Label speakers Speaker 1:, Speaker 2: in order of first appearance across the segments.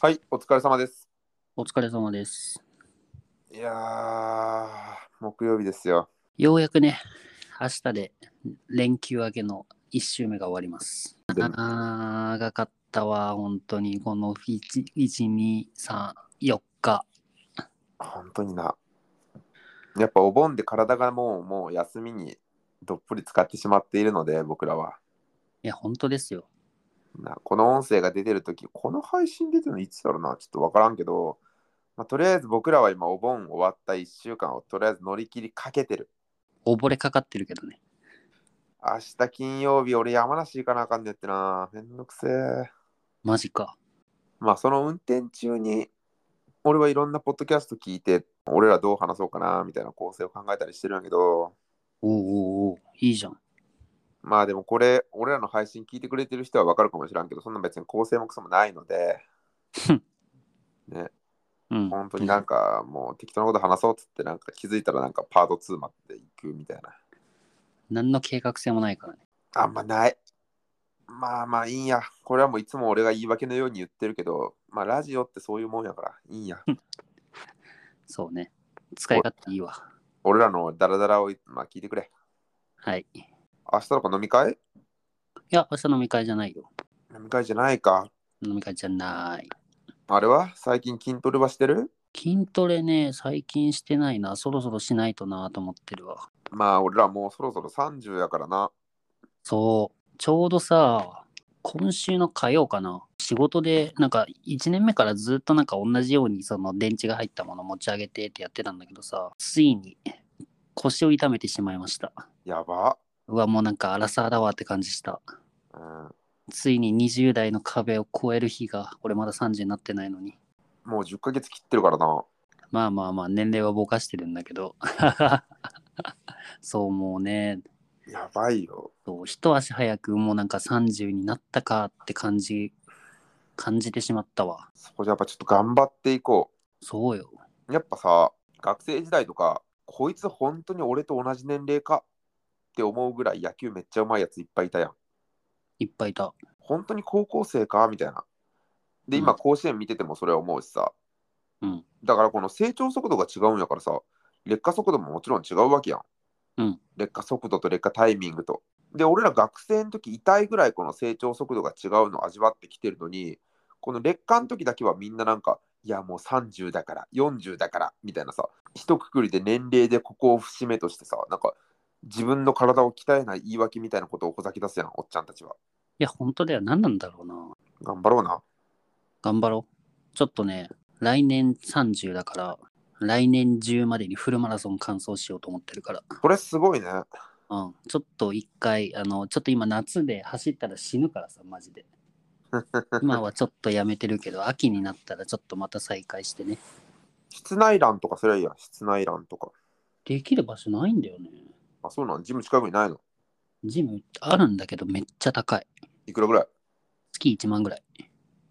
Speaker 1: はい、お疲れ様です。
Speaker 2: お疲れ様です。
Speaker 1: いやー、木曜日ですよ。
Speaker 2: ようやくね、明日で連休明けの1週目が終わります。
Speaker 1: で
Speaker 2: 長かったわ、本当に。この1、1 2、3、4日。
Speaker 1: 本当にな。やっぱお盆で体がもう、もう休みにどっぷり使ってしまっているので、僕らは。
Speaker 2: いや、本当ですよ。
Speaker 1: なこの音声が出てるとき、この配信出てるのいつだろうな、ちょっとわからんけど、まあ、とりあえず僕らは今お盆終わった1週間をとりあえず乗り切りかけてる。
Speaker 2: 溺れかかってるけどね。
Speaker 1: 明日金曜日、俺山梨行かなあかんねってな。めんどくせえ。
Speaker 2: マジか。
Speaker 1: まあその運転中に俺はいろんなポッドキャスト聞いて俺らどう話そうかなみたいな構成を考えたりしてるんやけど
Speaker 2: おうおうおういいじゃん。
Speaker 1: まあでもこれ俺らの配信聞いてくれてる人はわかるかもしらんけどそんな別に構成もクソもないので
Speaker 2: うん。
Speaker 1: 本当になんかもう適当なこと話そうっつってなんか気づいたらなんかパート2まで行くみたいな
Speaker 2: 何の計画性もないからね。
Speaker 1: あんまないまあまあいいんやこれはもういつも俺が言い訳のように言ってるけどまあラジオってそういうもんやからいいん や
Speaker 2: そうね。使い勝手いいわ。
Speaker 1: 俺らのダラダラをまあ聞いてくれ
Speaker 2: はい。い
Speaker 1: 明日とか飲み会
Speaker 2: や、明日飲み会じゃないよ。
Speaker 1: 飲み会じゃないか
Speaker 2: 飲み会じゃない。
Speaker 1: あれは最近筋トレはしてる
Speaker 2: 筋トレね、最近してないな。そろそろしないとなと思ってるわ。
Speaker 1: まあ俺らもうそろそろ30やからな。
Speaker 2: そう、ちょうどさ、今週の火曜かな、仕事で、なんか1年目からずっとなんか同じようにその電池が入ったもの持ち上げてってやってたんだけどさ、ついに腰を痛めてしまいました。
Speaker 1: やば。
Speaker 2: うわ、もうなんかアラサーだわって感じした。
Speaker 1: うん、
Speaker 2: ついに20代の壁を超える日が、俺まだ30になってないのに。
Speaker 1: もう10ヶ月切ってるからな。
Speaker 2: まあまあまあ、年齢はぼかしてるんだけど。 そう、もうね、
Speaker 1: やばいよ。
Speaker 2: そう一足早くもうなんか30になったかって感じ、感じてしまったわ。
Speaker 1: そこじゃやっぱちょっと頑張っていこ
Speaker 2: そうよ。
Speaker 1: う。やっぱさ、学生時代とか、こいつ本当に俺と同じ年齢かって思うぐらい野球めっちゃうまいやついっぱいいたやん。
Speaker 2: いっぱいいた。
Speaker 1: 本当に高校生かみたいな。で、今
Speaker 2: うん
Speaker 1: 甲子園見ててもそれは思うしさ。
Speaker 2: うん
Speaker 1: だからこの成長速度が違うんやからさ、劣化速度ももちろん違うわけやん。
Speaker 2: うん
Speaker 1: 劣化速度と劣化タイミングと。で、俺ら学生の時痛いぐらいこの成長速度が違うのを味わってきてるのに、この劣化の時だけはみんななんか、いやもう30だから、40だからみたいなさ、一括りで年齢でここを節目としてさ、なんか自分の体を鍛えない言い訳みたいなことをほざき出すやん、おっちゃんたちは。
Speaker 2: いや、本当だよ。何なんだろうな。
Speaker 1: 頑張ろうな。
Speaker 2: 頑張ろう。ちょっとね、来年30だから、来年中までにフルマラソン完走しようと思ってるから。
Speaker 1: これすごいね。
Speaker 2: うん。ちょっと一回、あの、ちょっと今夏で走ったら死ぬからさ、マジで。今はちょっとやめてるけど、秋になったらちょっとまた再開してね。
Speaker 1: 室内欄とかすりゃいいやん。室内欄とか。
Speaker 2: できる場所ないんだよね。
Speaker 1: あ、そうなんジム近くにないの
Speaker 2: ジムあるんだけど、めっちゃ高い。
Speaker 1: いくらぐらい
Speaker 2: 月1万ぐらい。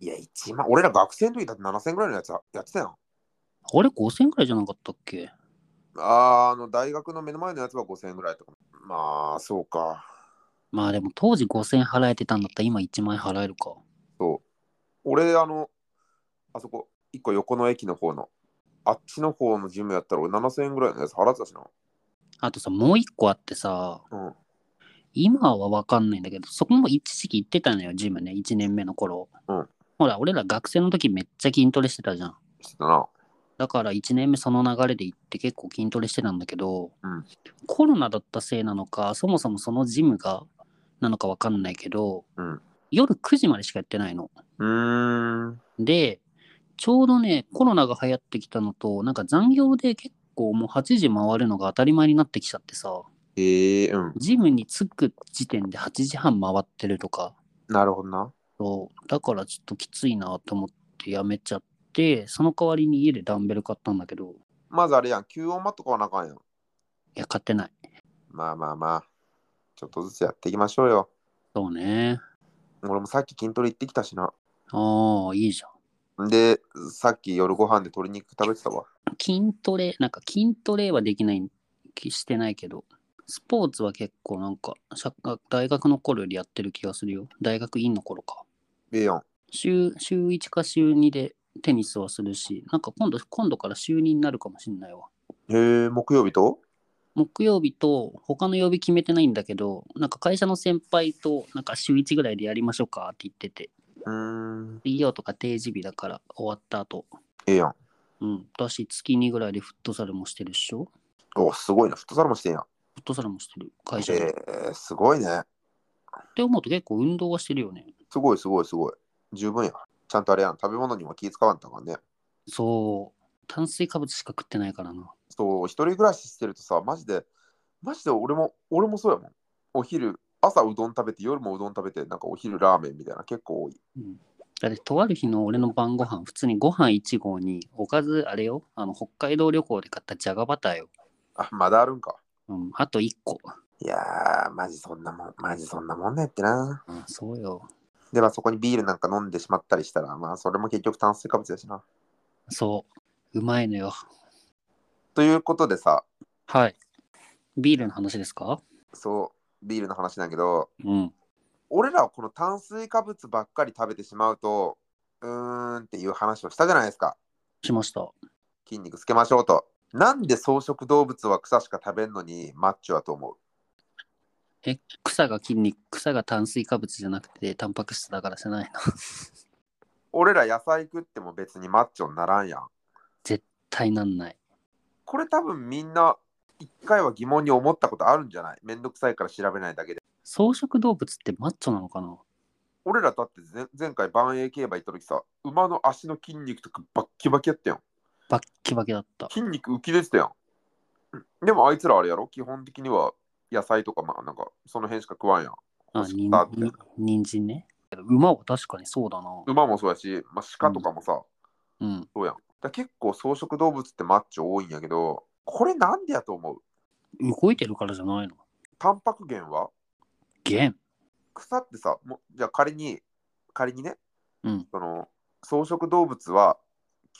Speaker 1: いや、1万。俺ら学生の時だって7000ぐらいのやつはやってたやん。
Speaker 2: あれ ?5000 ぐらいじゃなかったっけ
Speaker 1: あーあの、大学の目の前のやつは5000円ぐらいとか。まあ、そうか。
Speaker 2: まあでも当時5000払えてたんだったら今1万円払えるか。
Speaker 1: そう。俺、あの、あそこ、1個横の駅の方の、あっちの方のジムやったら俺7000円ぐらいのやつ払ってたしな。
Speaker 2: あとさ、もう一個あってさ、
Speaker 1: うん。
Speaker 2: 今はわかんないんだけど、そこも一時期行ってたのよ、ジムね、1年目の頃。
Speaker 1: うん
Speaker 2: ほら、俺ら学生の時めっちゃ筋トレしてたじゃん。
Speaker 1: してたな。
Speaker 2: だから1年目その流れで行って結構筋トレしてたんだけど、
Speaker 1: うん
Speaker 2: コロナだったせいなのか、そもそもそのジムがなのかわかんないけど、
Speaker 1: うん
Speaker 2: 夜9時までしかやってないの。
Speaker 1: うーん。
Speaker 2: で、ちょうどね、コロナが流行ってきたのと、なんか残業で結構もう8時回るのが当たり前になってきちゃってさ、
Speaker 1: ええー、うん。
Speaker 2: ジムに着く時点で8時半回ってるとか、
Speaker 1: なるほどな。
Speaker 2: そうだからちょっときついなと思ってやめちゃって、その代わりに家でダンベル買ったんだけど、
Speaker 1: まずあれやん、吸音マット買わなあかんやん。
Speaker 2: いや、買ってない。
Speaker 1: まあまあまあ、ちょっとずつやっていきましょうよ。
Speaker 2: そうね。
Speaker 1: 俺もさっき筋トレ行ってきたしな。
Speaker 2: ああ、いいじゃん。
Speaker 1: で、さっき夜ご飯で鶏肉食べてたわ。
Speaker 2: 筋トレ、なんか筋トレはできない、してないけど、スポーツは結構なんか、社大学の頃よりやってる気がするよ。大学院の頃か。
Speaker 1: ええやん。
Speaker 2: 週、週1か週2でテニスはするし、なんか今度、今度から週2になるかもしんないわ。
Speaker 1: へえ、木曜日と
Speaker 2: 木曜日と他の曜日決めてないんだけど、なんか会社の先輩となんか週1ぐらいでやりましょうかって言ってて、
Speaker 1: うーん、
Speaker 2: 水曜とか定時日だから終わった後。
Speaker 1: ええやん。
Speaker 2: うん。私月2ぐらいでフットサルもしてるっしょ
Speaker 1: おすごいな、フットサルもしてんやん。
Speaker 2: フットサルもしてる会社で。
Speaker 1: ええ、すごいね。
Speaker 2: って思うと結構運動はしてるよね。
Speaker 1: すごいすごいすごい。十分や。ちゃんとあれやん、食べ物にも気使わんとあかんね。
Speaker 2: そう。炭水化物しか食ってないからな。
Speaker 1: そう、一人暮らししてるとさ、マジで、マジで俺も、俺もそうやもん。お昼、朝うどん食べて、夜もうどん食べて、なんかお昼ラーメンみたいな結構多い。
Speaker 2: うん。だってとある日の俺の晩ご飯普通にご飯1合におかずあれよあの北海道旅行で買ったじゃがバターよ、
Speaker 1: あ、まだあるんか。
Speaker 2: うん、あと1個、
Speaker 1: いやー、マジそんなもん、マジそんなもんねってな。
Speaker 2: うん、そうよ
Speaker 1: で、まあそこにビールなんか飲んでしまったりしたら、まあそれも結局炭水化物やしな。
Speaker 2: そううまいのよ
Speaker 1: ということでさ、
Speaker 2: はいビールの話ですか
Speaker 1: そう、ビールの話なんやけど、
Speaker 2: うん
Speaker 1: 俺らはこの炭水化物ばっかり食べてしまうと、うーんっていう話をしたじゃないですか。
Speaker 2: しました
Speaker 1: 筋肉つけましょうと。なんで草食動物は草しか食べんのにマッチョだと思う
Speaker 2: え草が筋肉草が炭水化物じゃなくてタンパク質だからじゃないの
Speaker 1: 俺ら野菜食っても別にマッチョにならんやん。
Speaker 2: 対なんない
Speaker 1: これ多分みんな一回は疑問に思ったことあるんじゃないめんどくさいから調べないだけで。
Speaker 2: 草食動物ってマッチョなのかな
Speaker 1: 俺らだって前前回万栄競馬行った時さ、馬の足の筋肉とかバッキバキやったやん。
Speaker 2: バッキバキだった
Speaker 1: 筋肉浮き出てたやん。でもあいつらあれやろ基本的には野菜とかまあなんかその辺しか食わんやん。
Speaker 2: あ
Speaker 1: 干し
Speaker 2: にん
Speaker 1: 豚みたいな
Speaker 2: 人参ね馬は確かにそうだな
Speaker 1: 馬もそうやし、まあ、鹿とかもさ、
Speaker 2: うん
Speaker 1: そうやん。だから結構草食動物ってマッチョ多いんやけど、これなんでやと思う
Speaker 2: 動いてるからじゃないの
Speaker 1: タンパク源は
Speaker 2: ゲン
Speaker 1: 草ってさ、もうじゃあ仮に、仮にね、
Speaker 2: うん
Speaker 1: その草食動物は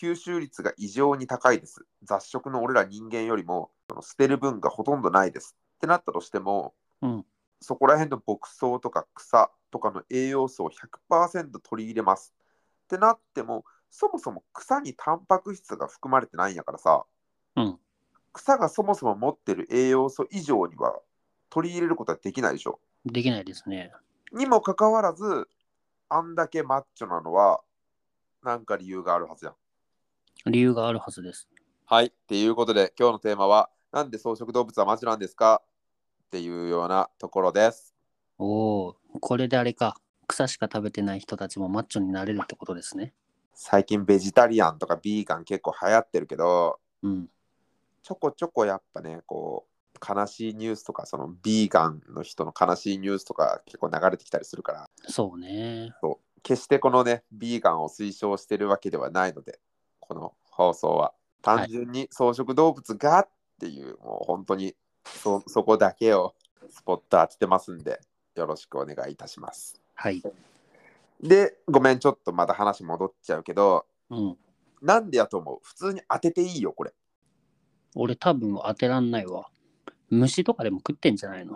Speaker 1: 吸収率が異常に高いです。雑食の俺ら人間よりもその捨てる分がほとんどないです。ってなったとしても、
Speaker 2: うん
Speaker 1: そこら辺の牧草とか草とかの栄養素を100%取り入れます。ってなっても、そもそも草にタンパク質が含まれてないんやからさ、
Speaker 2: うん
Speaker 1: 草がそもそも持ってる栄養素以上には取り入れることはできないでしょ。
Speaker 2: できないですね
Speaker 1: にもかかわらず、あんだけマッチョなのは、なんか理由があるはずやん。
Speaker 2: 理由があるはずです
Speaker 1: はい。っていうことで、今日のテーマは、なんで草食動物はマッチョなんですかっていうようなところです。
Speaker 2: おおこれであれか草しか食べてない人たちもマッチョになれるってことですね
Speaker 1: 最近ベジタリアンとかビーガン結構流行ってるけど、
Speaker 2: うん
Speaker 1: ちょこちょこやっぱね、こう、悲しいニュースとか、そのビーガンの人の悲しいニュースとか結構流れてきたりするから、
Speaker 2: そうね
Speaker 1: そう決してこのね、ビーガンを推奨してるわけではないので、この放送は。単純に草食動物がっていう、もう本当にそそこだけをスポット当ててますんで、よろしくお願いいたします。
Speaker 2: はい
Speaker 1: で、ごめん、ちょっとまだ話戻っちゃうけど、
Speaker 2: うん
Speaker 1: なんでやと思う普通に当てていいよ、これ。
Speaker 2: 俺多分当てらんないわ虫とかでも食ってんじゃないの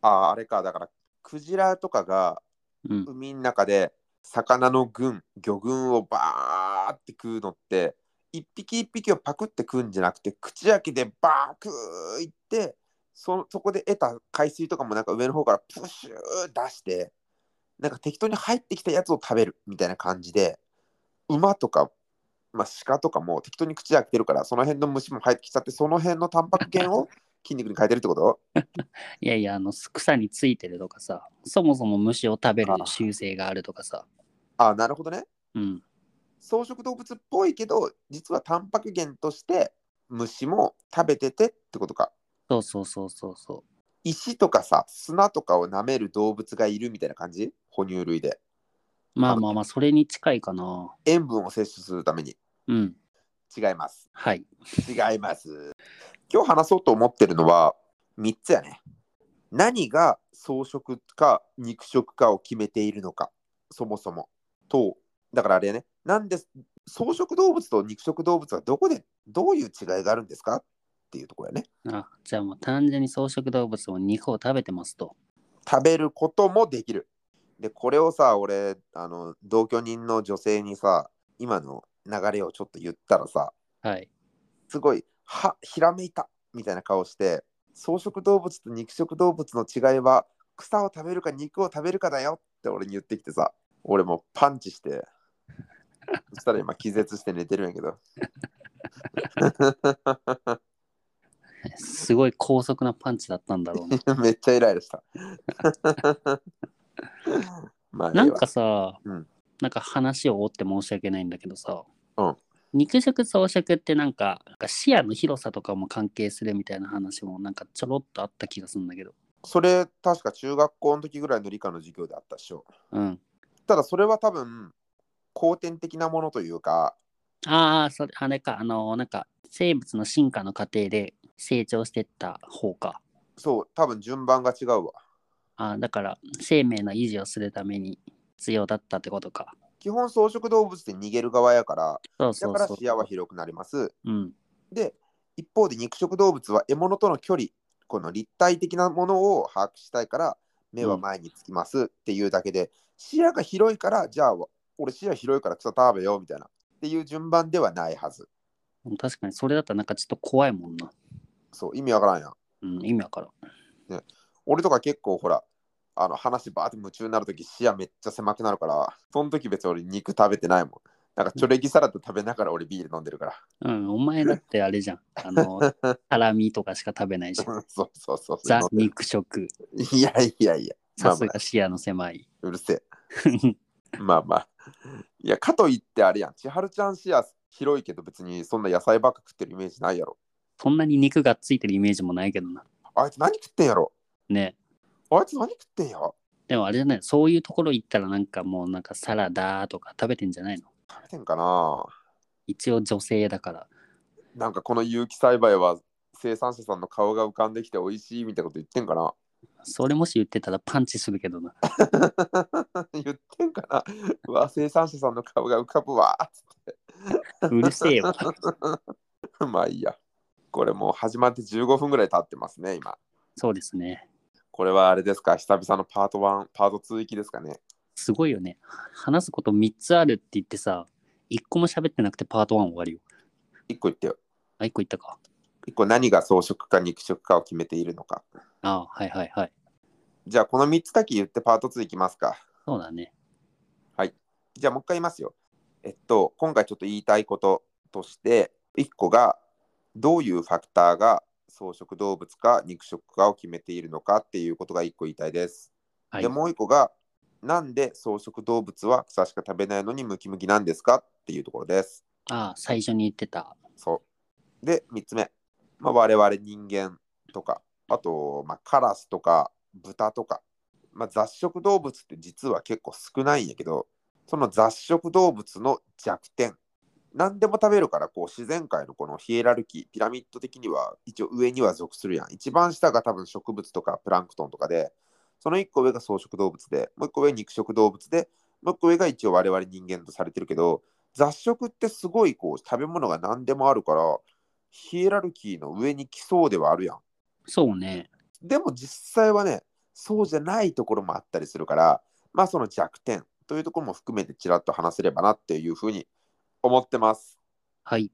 Speaker 1: ああ、あれか、だから、クジラとかが
Speaker 2: うん
Speaker 1: 海の中で魚の群、魚群をバーって食うのって、一匹一匹をパクって食うんじゃなくて、口開けでバーッ食いって、そそこで得た海水とかもなんか上の方からプシュー出して、なんか適当に入ってきたやつを食べるみたいな感じで、馬とか、まあ、鹿とかも適当に口開けてるから、その辺の虫も入ってきちゃって、その辺のタンパク源を筋肉に変えてるってこと
Speaker 2: いやいやあの草についてるとかさそもそも虫を食べる習性があるとかさ
Speaker 1: ああ、なるほどね。
Speaker 2: うん
Speaker 1: 草食動物っぽいけど実はタンパク源として虫も食べててってことか
Speaker 2: そうそうそうそうそ
Speaker 1: 石とかさ砂とかを舐める動物がいるみたいな感じ哺乳類で
Speaker 2: うまあまあまあそれに近いかな
Speaker 1: 塩分を摂取するために
Speaker 2: うん
Speaker 1: 違います
Speaker 2: はい
Speaker 1: 違います今日話そうと思ってるのは3つやね何が草食か肉食かを決めているのかそもそもとだからあれやねなんで草食動物と肉食動物はどこでどういう違いがあるんですかっていうところやね
Speaker 2: あじゃあもう単純に草食動物を肉を食べてますと
Speaker 1: 食べることもできる。で、これをさ、俺、あの、同居人の女性にさ、今の流れをちょっと言ったらさ、
Speaker 2: はい。
Speaker 1: すごい、は、ひらめいたみたいな顔して、草食動物と肉食動物の違いは、草を食べるか肉を食べるかだよって俺に言ってきてさ、俺もうパンチして、そしたら今気絶して寝てるんやけど。
Speaker 2: すごい高速なパンチだったんだろうな。
Speaker 1: めっちゃイライラした。 ま あ、
Speaker 2: なんかさ、
Speaker 1: うん
Speaker 2: なんか話を追って申し訳ないんだけどさ、
Speaker 1: うん
Speaker 2: 肉食草食ってなんかなんか視野の広さとかも関係するみたいな話もなんかちょろっとあった気がするんだけど。
Speaker 1: それ確か中学校の時ぐらいの理科の授業であったっしょ。
Speaker 2: うん。
Speaker 1: ただそれは多分後天的なものというか、
Speaker 2: ああ、それ、あれか、あのーなんか生物の進化の過程で成長してった方か。
Speaker 1: そう、多分順番が違うわ。
Speaker 2: あーだから生命の維持をするために必要だったってことか。
Speaker 1: 基本草食動物って逃げる側やから、
Speaker 2: そう
Speaker 1: だ
Speaker 2: そう
Speaker 1: から
Speaker 2: そう。
Speaker 1: 視野は広くなります。
Speaker 2: うん。
Speaker 1: で、一方で肉食動物は獲物との距離、この立体的なものを把握したいから、目は前につきますっていうだけで、視野が広いから、じゃあ俺視野広いから草食べようみたいなっていう順番ではないはず。
Speaker 2: 確かにそれだったらなんかちょっと怖いもんな。
Speaker 1: そう、意味わからんやん。
Speaker 2: うん、意味わからん。
Speaker 1: 俺とか結構ほらあの話バーって夢中になるとき視野めっちゃ狭くなるからその時別に俺肉食べてないもんなんかチョレギサラダ食べながら俺ビール飲んでるから
Speaker 2: うん、お前だってあれじゃん。あの、ハラミとかしか食べないじゃん。
Speaker 1: そうそうそうそう・
Speaker 2: ザ
Speaker 1: 飲んでる
Speaker 2: 肉食。
Speaker 1: いやいやいやま
Speaker 2: さ
Speaker 1: あ
Speaker 2: す
Speaker 1: まあ
Speaker 2: が視野の狭い。
Speaker 1: うるせえまあまあいやかといってあれやん千春ちゃん視野広いけど別にそんな野菜ばっか食ってるイメージないやろ
Speaker 2: そんなに肉がついてるイメージもないけどな。
Speaker 1: あいつ何食ってんやろ
Speaker 2: ね。
Speaker 1: あいつ何食ってんや
Speaker 2: でもあれじゃない、そういうところ行ったらなんかもうなんかサラダとか食べてんじゃないの
Speaker 1: 食べてんかな
Speaker 2: 一応女性だから。
Speaker 1: なんかこの有機栽培は生産者さんの顔が浮かんできて美味しいみたいなこと言ってんかな
Speaker 2: それもし言ってたらパンチするけどな。
Speaker 1: 言ってんかなうわ生産者さんの顔が浮かぶわ つっ
Speaker 2: うるせ えわ。
Speaker 1: てまあいいやこれもう始まって15分ぐらい経ってますね今
Speaker 2: そうですね。
Speaker 1: これはあれですか久々のパート1パート2行きですかね
Speaker 2: すごいよね。話すこと3つあるって言ってさ、1個も喋ってなくてパート1終わるよ。
Speaker 1: 1個言ってよ
Speaker 2: あ、1個言ったか。
Speaker 1: 1個何が草食か肉食かを決めているのか
Speaker 2: あはいはいはい。
Speaker 1: じゃあこの3つだけ言ってパート2行きますか
Speaker 2: そうだね。
Speaker 1: じゃあもう一回言いますよえっと今回ちょっと言いたいこととして1個がどういうファクターが草食動物か肉食かを決めているのかっていうことが1個言いたいです
Speaker 2: はい
Speaker 1: で。もう一個が、なんで草食動物は草しか食べないのにムキムキなんですかっていうところです。
Speaker 2: あ最初に言ってた。
Speaker 1: そう。で、3つ目。まあ、我々人間とか、あと、まあ、カラスとか豚とか、まあ、雑食動物って実は結構少ないんやけど、その雑食動物の弱点。何でも食べるからこう自然界のこのヒエラルキーピラミッド的には一応上には属するやん一番下が多分植物とかプランクトンとかでその一個上が草食動物でもう一個上肉食動物でもう一個上が一応我々人間とされてるけど雑食ってすごいこう食べ物が何でもあるからヒエラルキーの上に来そうではあるやん
Speaker 2: そうね。
Speaker 1: でも実際はね、そうじゃないところもあったりするから、まあその弱点というところも含めてちらっと話せればなっていうふうに思ってます。
Speaker 2: はい。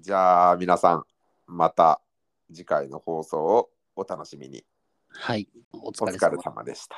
Speaker 1: じゃあ皆さん、また次回の放送をお楽しみに。
Speaker 2: はい。お
Speaker 1: お
Speaker 2: 疲れ
Speaker 1: 疲
Speaker 2: 様
Speaker 1: れ。様でした。